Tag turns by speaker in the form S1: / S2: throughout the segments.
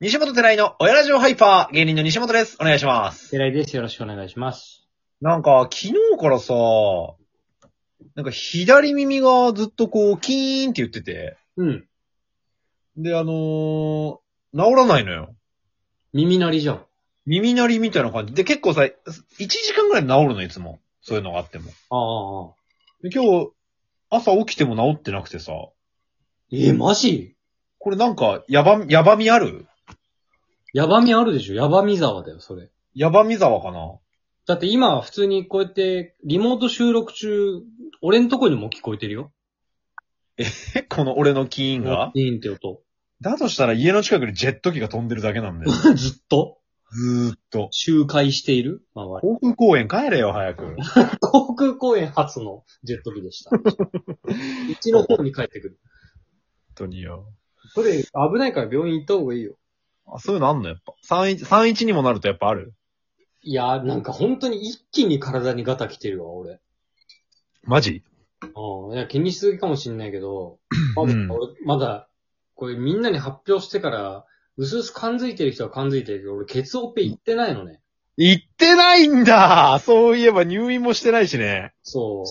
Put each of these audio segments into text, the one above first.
S1: 西本寺井の親ラジオハイパー、芸人の西本です。お願いします。
S2: 寺井です。よろしくお願いします。
S1: なんか、昨日からさ、なんか左耳がずっとこう、キーンって言ってて、
S2: うん。
S1: で、あのー、治らないのよ。
S2: 耳鳴りじゃん。
S1: 耳鳴りみたいな感じ。で、結構さ、1時間ぐらいで治るの、いつも。そういうのがあっても。
S2: ああ。
S1: で、今日、朝起きても治ってなくてさ、
S2: えー、マジ
S1: これなんか、やば、やばみある
S2: ヤバみあるでしょヤバみ沢だよ、それ。
S1: やばみ沢かな
S2: だって今、普通にこうやって、リモート収録中、俺んとこにも聞こえてるよ。
S1: え、この俺のキーンが
S2: いいんって音。
S1: だとしたら家の近くにジェット機が飛んでるだけなんだよ。
S2: ずっと
S1: ずーっと。
S2: 周回している周り。
S1: 航空公園帰れよ、早く。
S2: 航空公園初のジェット機で した。うちの方に帰ってくる。
S1: 本当によ。
S2: これ、危ないから病院行った方がいいよ。
S1: あ、そういうのあんのやっぱ。31、31にもなるとやっぱある
S2: いやー、なんか本当に一気に体にガタ来てるわ、俺。
S1: マジ
S2: うん。いや、気にしすぎかもしんない けど、まだ、
S1: うん
S2: 俺まだ、これみんなに発表してから、うすうす感づいてる人は感づいてるけど、俺、ケツオペ行ってないのね。
S1: 行ってないんだそういえば入院もしてないしね。
S2: そ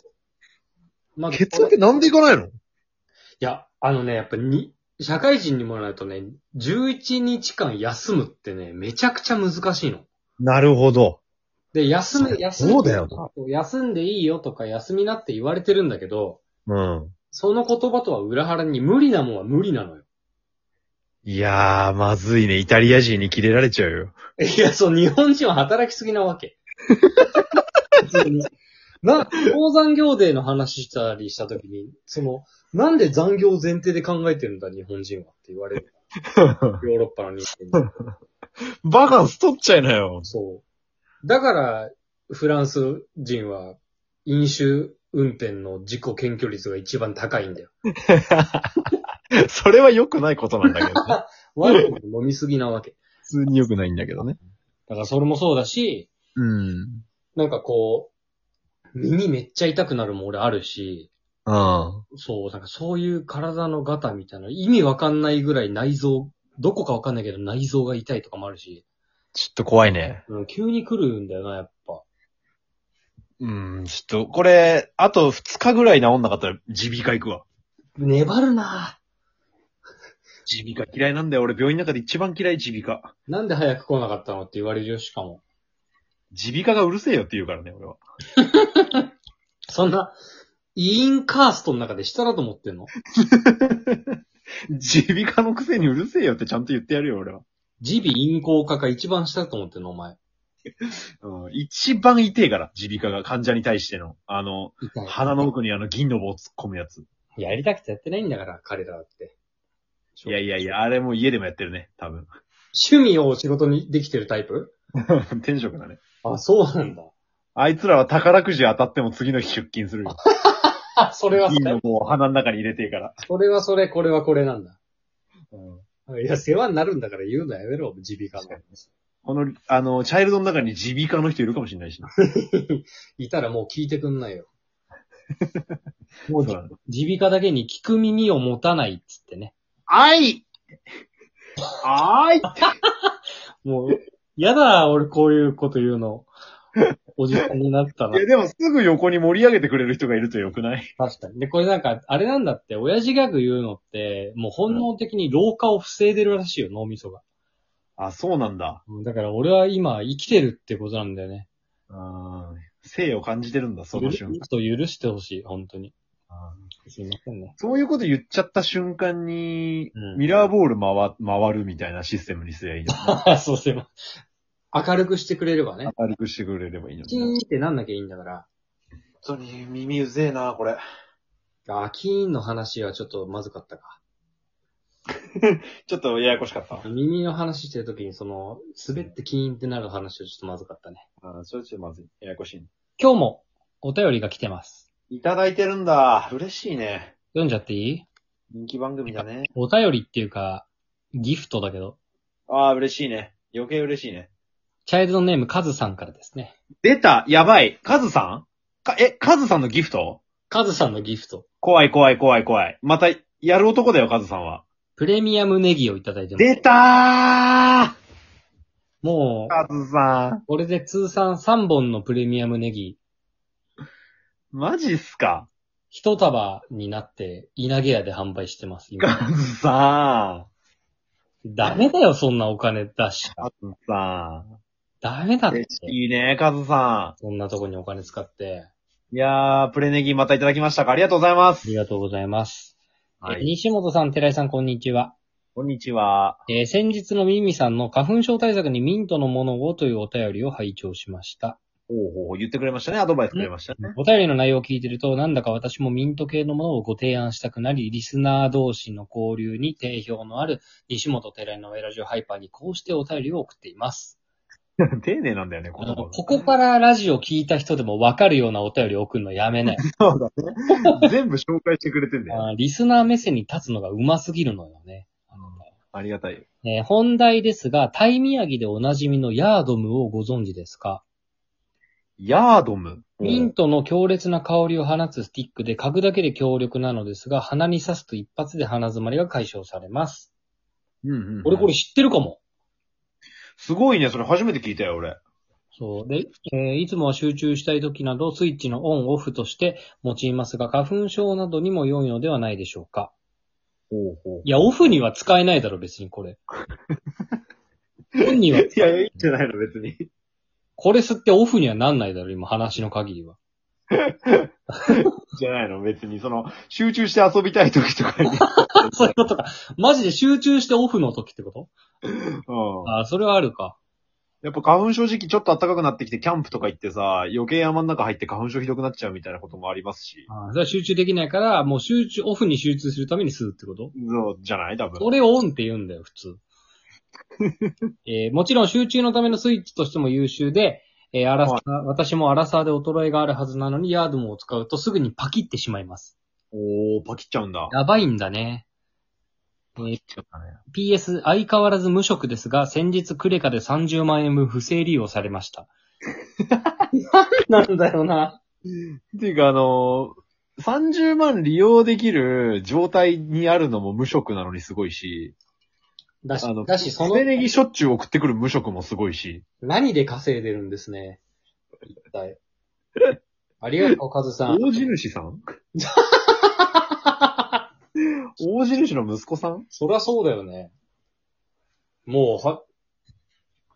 S2: う。まあ、
S1: 血圧ってなんで行かないの
S2: いや、あのね、やっぱに、社会人にもなるとね、11日間休むってね、めちゃくちゃ難しいの。
S1: なるほど。
S2: で、休む、休む。
S1: そうだよな
S2: 休んでいいよとか、休みなって言われてるんだけど、
S1: うん。
S2: その言葉とは裏腹に無理なもんは無理なのよ。
S1: いやー、まずいね。イタリア人にキレられちゃうよ。
S2: いや、そう、日本人は働きすぎなわけ。普通にな、高残業デーの話したりしたときに、その、なんで残業前提で考えてるんだ、日本人はって言われる。ヨーロッパの人間に。
S1: バカンス取っちゃいなよ。
S2: そう。だから、フランス人は、飲酒運転の自己検挙率が一番高いんだよ。
S1: それは良くないことなんだけど ね。
S2: ワインも飲みすぎなわけ。
S1: 普通に良くないんだけどね。
S2: だからそれもそうだし、
S1: うん。
S2: なんかこう、耳めっちゃ痛くなるも俺あるし、
S1: うん。
S2: そう、なんかそういう体のガタみたいな、意味わかんないぐらい内臓、どこかわかんないけど内臓が痛いとかもあるし、
S1: ちょっと怖いね。
S2: うん、急に来るんだよな、やっぱ。
S1: うん、ちょっと、これ、あと2日ぐらい治んなかったら、耳鼻科行くわ。
S2: 粘るな
S1: 耳鼻科嫌いなんだよ。俺病院の中で一番嫌い耳鼻科。
S2: なんで早く来なかったのって言われるよ、しかも。
S1: 耳鼻科がうるせえよって言うからね、俺は。
S2: そんな、委員カーストの中で下だと思ってんの
S1: 耳鼻科のくせにうるせえよってちゃんと言ってやるよ、俺は。
S2: 耳鼻咽喉科が一番下だと思ってんの、お前。
S1: うん、一番痛えから、耳鼻科が患者に対しての、あの、
S2: 痛い。
S1: 鼻の奥にあの銀の棒突っ込むやつ。
S2: やりたくてやってないんだから、彼らだって。
S1: いやいやい。や、あれもう家でもやってるね、多分。
S2: 趣味を仕事にできてるタイプ
S1: 転職だね。
S2: あ、そうなんだ。
S1: あいつらは宝くじ当たっても次の日出勤す るよ。
S2: あ、それはそ
S1: 銀の
S2: れ。
S1: 棒を鼻の中に入れてえから。
S2: それはそれ、これはこれなんだ。
S1: うん
S2: いや、世話になるんだから言うのやめろ、耳鼻科の。
S1: この、あの、チャイルドの中に耳鼻科の人いるかもしれないしな。
S2: いたらもう聞いてくんないよ。も
S1: そううなの
S2: 耳鼻科だけに聞く耳を持たないっつってね。
S1: あいあい
S2: も う、やだ、俺こういうこと言うの。おじさんになった
S1: いや、
S2: ら。
S1: でもすぐ横に盛り上げてくれる人がいるとよくない
S2: 確かに。で、これなんか、あれなんだって、親父ギャグ言うのって、もう本能的に老化を防いでるらしいよ、脳みそが。
S1: あ、そうなんだ。
S2: うんだから俺は今生きてるってことなんだよね。
S1: うん。生を感じてるんだ、そ
S2: 許
S1: の
S2: ちょ
S1: 瞬間。
S2: っと許してほしい、本当に。
S1: うん
S2: すいませんね。
S1: そういうこと言っちゃった瞬間に、
S2: うん
S1: ミラーボール回、回るみたいなシステムにすりゃいいのに。
S2: そうすれば。明るくしてくれれば ね。
S1: 明るくしてくれればいいの
S2: キ
S1: に
S2: ーン
S1: な。
S2: ってなんなきゃいいんだから。
S1: 本当に耳うぜえな、これ。
S2: あ、キーンの話はちょっとまずかったか。
S1: ちょっとややこしかった。
S2: 耳の話してるときにその、滑ってキーンってなる話はちょっとまずかったね。
S1: あそれちょっとまずい。ややこしい、
S2: 今日もお便りが来てます。
S1: いただいてるんだ。嬉しいね。
S2: 読んじゃっていい
S1: 人気番組だね。
S2: お便りっていうか、ギフトだけど。
S1: ああ、嬉しいね。余計嬉しいね。
S2: チャイルドネームカズさんからですね。
S1: 出たやばいカズさんか、え、カズさんのギフト
S2: カズさんのギフト。
S1: 怖い怖い怖い怖い。また、やる男だよ、カズさんは。
S2: プレミアムネギをいただいてます。
S1: 出たー
S2: もう、
S1: カズさん。
S2: これで通算3本のプレミアムネギ、
S1: マジっすか
S2: 1束になって、稲毛屋で販売してます、 今。
S1: カズさ
S2: ダメだよ、そんなお金出し
S1: ん。
S2: た。
S1: カズさ
S2: ダメだっ
S1: ん。
S2: て。
S1: いいね、カズさ
S2: そんなとこにお金使って。
S1: ん。いやー、プレネギまたいただきましたかありがとうございま
S2: あ
S1: す。
S2: りがとうございます。
S1: は
S2: え
S1: い。
S2: 西本さん、寺井さん、こんにちは。
S1: こんにちは。
S2: えー先日のミミさんの花粉症対策にミントのものをというお便りを拝聴しました。
S1: おうおう言ってくれましたね。アドバイスくれましたね。
S2: お便りの内容を聞いてると、なんだか私もミント系のものをご提案したくなり、リスナー同士の交流に定評のある西本寺井のエラジオハイパーにこうしてお便りを送っています。
S1: 丁寧なんだよね、こ
S2: あ
S1: の
S2: の
S1: 子。
S2: ここからラジオ聞いた人でもわかるようなお便りを送るのやめない。
S1: そうだね。全部紹介してくれてんだよ。
S2: あーリスナー目線に立つのがうますぎるのよね。
S1: ありがたい。
S2: えー本題ですが、タイ宮城でおなじみのヤードムをご存知ですか
S1: ヤードム。
S2: ミントの強烈な香りを放つスティックで嗅ぐだけで強力なのですが、鼻に刺すと一発で鼻詰まりが解消されます。
S1: うんうんうん
S2: 俺これ知ってるかも。
S1: すごいね、それ初めて聞いたよ、俺。
S2: そう。で、えーいつもは集中したい時など、スイッチのオンオフとして用いますが、花粉症などにも良いのではないでしょうか。
S1: ほうほう。
S2: いや、オフには使えないだろ、別にこ れ。オンには、
S1: いや、いいんじゃないの、別に。
S2: これ吸ってオフにはなんないだろ、今話の限りは。
S1: じゃないの、別に。その、集中して遊びたい時と かに。
S2: そういうことか。マジで集中してオフの時ってこと
S1: うん。
S2: あー、それはあるか。
S1: やっぱ花粉症時期ちょっと暖かくなってきて、キャンプとか行ってさ、余計山の中入って花粉症ひどくなっちゃうみたいなこともありますし。
S2: ああ、それは集中できないから、もう集中、オフに集中するために吸うってこと
S1: そう、じゃない多分。
S2: それをオンって言うんだよ、普 通。えーもちろん集中のためのスイッチとしても優秀で、えーアラサー私もアラサーで衰えがあるはずなのに、ヤードムを使うとすぐにパキってしまいます。
S1: おー、パキっちゃうんだ。
S2: やばいんだね。えー
S1: ちゃったね。
S2: PS、相変わらず無職ですが、先日クレカで30万円分不正利用されました。 なんだよな。
S1: っていうか、あのー、30万利用できる状態にあるのも無職なのにすごいし、
S2: だし
S1: あの、、
S2: だし、その
S1: 捨て、ネギしょっちゅう送ってくる無職もすごいし。
S2: 何で稼いでるんですね。一体。ありがとう、カズさん。
S1: 大地主さ ん大地主の息子さん
S2: そりゃそうだよね。もう、は、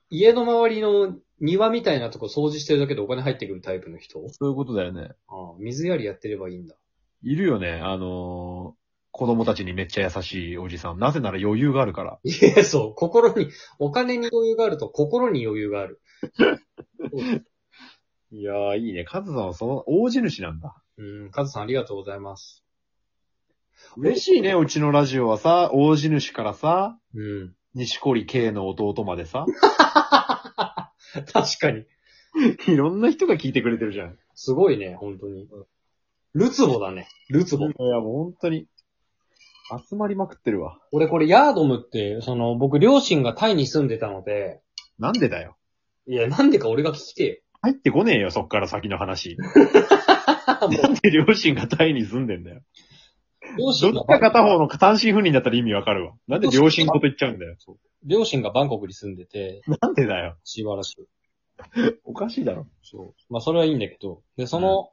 S2: 家の周りの庭みたいなとこ掃除してるだけでお金入ってくるタイプの人
S1: そういうことだよね。
S2: ああ水やりやってればいいんだ。
S1: いるよね、あのー子供たちにめっちゃ優しいおじさん。なぜなら余裕があるから。
S2: いや、そう、心に、お金に余裕があると心に余裕がある。
S1: いやー、いいね。カズさんはその、大地主なんだ。
S2: うん、カズさんありがとうございます。
S1: 嬉しいね、うちのラジオはさ、大地主からさ、
S2: うん。
S1: 西堀圭の弟までさ、
S2: 確かに。
S1: いろんな人が聞いてくれてるじゃん。
S2: すごいね、本当に。ルツボだね。ルツボ。
S1: いや、もう本当に、集まりまくってるわ。
S2: 俺これヤードムって、その、僕両親がタイに住んでたので、
S1: なんでだよ。
S2: いや、なんでか俺が聞きてよ。
S1: 入ってこねえよ、そっから先の 話。なんで両親がタイに住んでんだよ。
S2: 両
S1: ど
S2: 親
S1: っ
S2: が
S1: ちか片方の単身赴任だったら意味わかるわ。なんで両親こと言っちゃうんだよ。
S2: 両親がバンコクに住んでて、
S1: なんでだよ。
S2: しばらしく。
S1: おかしいだろ。
S2: そう。まあ、それはいいんだけど。で、その、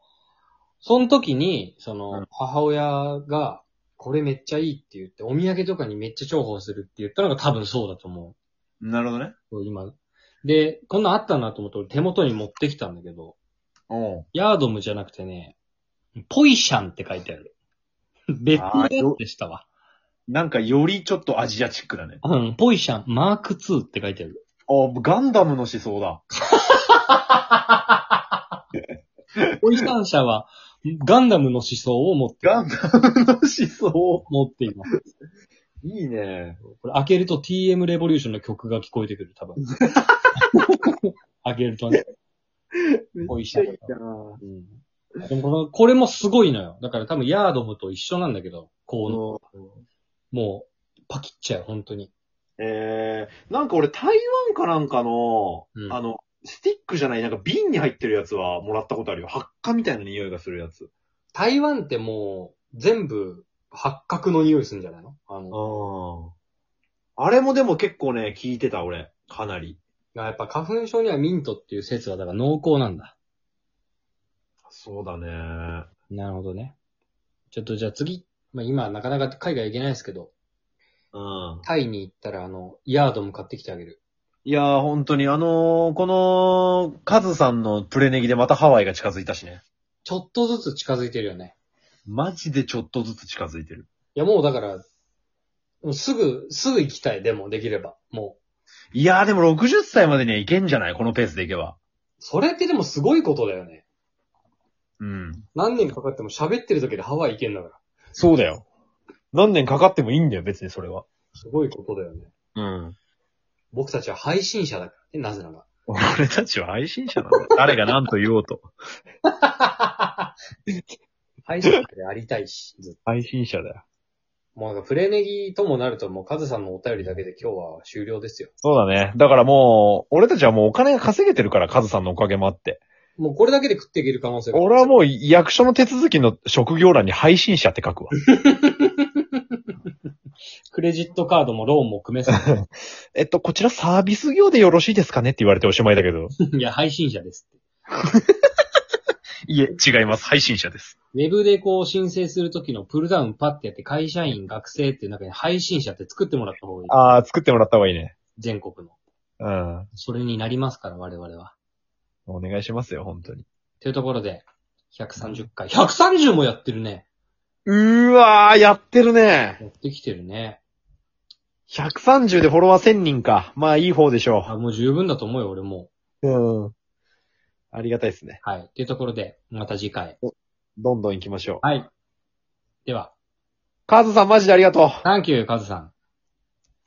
S2: その時に、その、
S1: うん
S2: 母親が、これめっちゃいいって言って、お土産とかにめっちゃ重宝するって言ったのが多分そうだと思う
S1: なるほどね。。
S2: そう今。で、こんなんあったなと思って俺手元に持ってきたんだけど、
S1: うん。
S2: ヤードムじゃなくてね、ポイシャンって書いてある。別
S1: あーよ
S2: 府でしたわ。
S1: なんかよりちょっとアジアチックだね。
S2: うん、ポイシャン、マーク2って書いてある。
S1: あ、ガンダムの思想だ。
S2: ポイシャン社は、ガンダムの思想を持って、
S1: ガンダムの思想。
S2: 持っています。
S1: いいね。
S2: これ開けると TM レボリューションの曲が聞こえてくる、多分。 開けるとね。
S1: めっちゃいいな
S2: でもこのこれもすごいのよ。だから多分ヤードムと一緒なんだけど、この、もう、パキっちゃう、本当に。
S1: えー、なんか俺台湾かなんかの、
S2: うん
S1: あの、スティックじゃない、なんか瓶に入ってるやつはもらったことあるよ。発火みたいな匂いがするやつ。
S2: 台湾ってもう、全部、八角の匂いするんじゃないのあの、
S1: ああ。あれもでも結構ね、聞いてた、俺。かなり。
S2: やっぱ花粉症にはミントっていう説はだから濃厚なんだ。
S1: そうだね。
S2: なるほどね。ちょっとじゃあ次、まあ、今なかなか海外行けないですけど、
S1: うん。
S2: タイに行ったらあの、ヤードも買ってきてあげる。
S1: いやー、本当に、あのー、この、カズさんのプレネギでまたハワイが近づいたしね。
S2: ちょっとずつ近づいてるよね。
S1: マジでちょっとずつ近づいてる。
S2: いやもうだから、もうすぐ、すぐ行きたい。でもできれば。もう。
S1: いやー、でも60歳までにはいけんじゃないこのペースでいけば。
S2: それってでもすごいことだよね。
S1: うん。
S2: 何年かかっても喋ってるだけでハワイ行けんだから。
S1: そうだよ。何年かかってもいいんだよ、別にそれは。
S2: すごいことだよね。
S1: うん。
S2: 僕たちは配信者だからね、なぜなら。
S1: 俺たちは配信者なん だよ。誰が何と言おうと。
S2: 配信者でありたいし、ずっ
S1: 配信者だよ。
S2: と。もうなんか、プレネギともなると、もうカズさんのお便りだけで今日は終了ですよ。
S1: そうだね。だからもう、俺たちはもうお金が稼げてるから、カズさんのおかげもあって。
S2: もうこれだけで食っていける可能性が。
S1: 俺はもう役所の手続きの職業欄に配信者って書くわ。
S2: クレジットカードもローンも組めそう。
S1: えっと、こちらサービス業でよろしいですかねって言われておしまいだけど。
S2: いや、配信者ですって。
S1: いえ、違います。配信者です。
S2: ウェブでこう申請するときのプルダウンパってやって、会社員、学生っていう中に配信者って作ってもらった方がいい。
S1: あー、作ってもらった方がいいね。
S2: 全国の。
S1: うん。
S2: それになりますから、我々は。
S1: お願いしますよ、本当に。
S2: というところで、130回。130もやってるね。
S1: うーわー、やってるね。
S2: やってきてるね。
S1: 130でフォロワー1000人か。まあ、いい方でしょ
S2: あ、もう十分だと思うよ、俺も。
S1: う。うん。ありがたいですね。
S2: はい。というところで、また次回。
S1: どんどん行きましょう。
S2: はい。では、
S1: カズさんマジでありがとう。
S2: サンキュー、カズさん。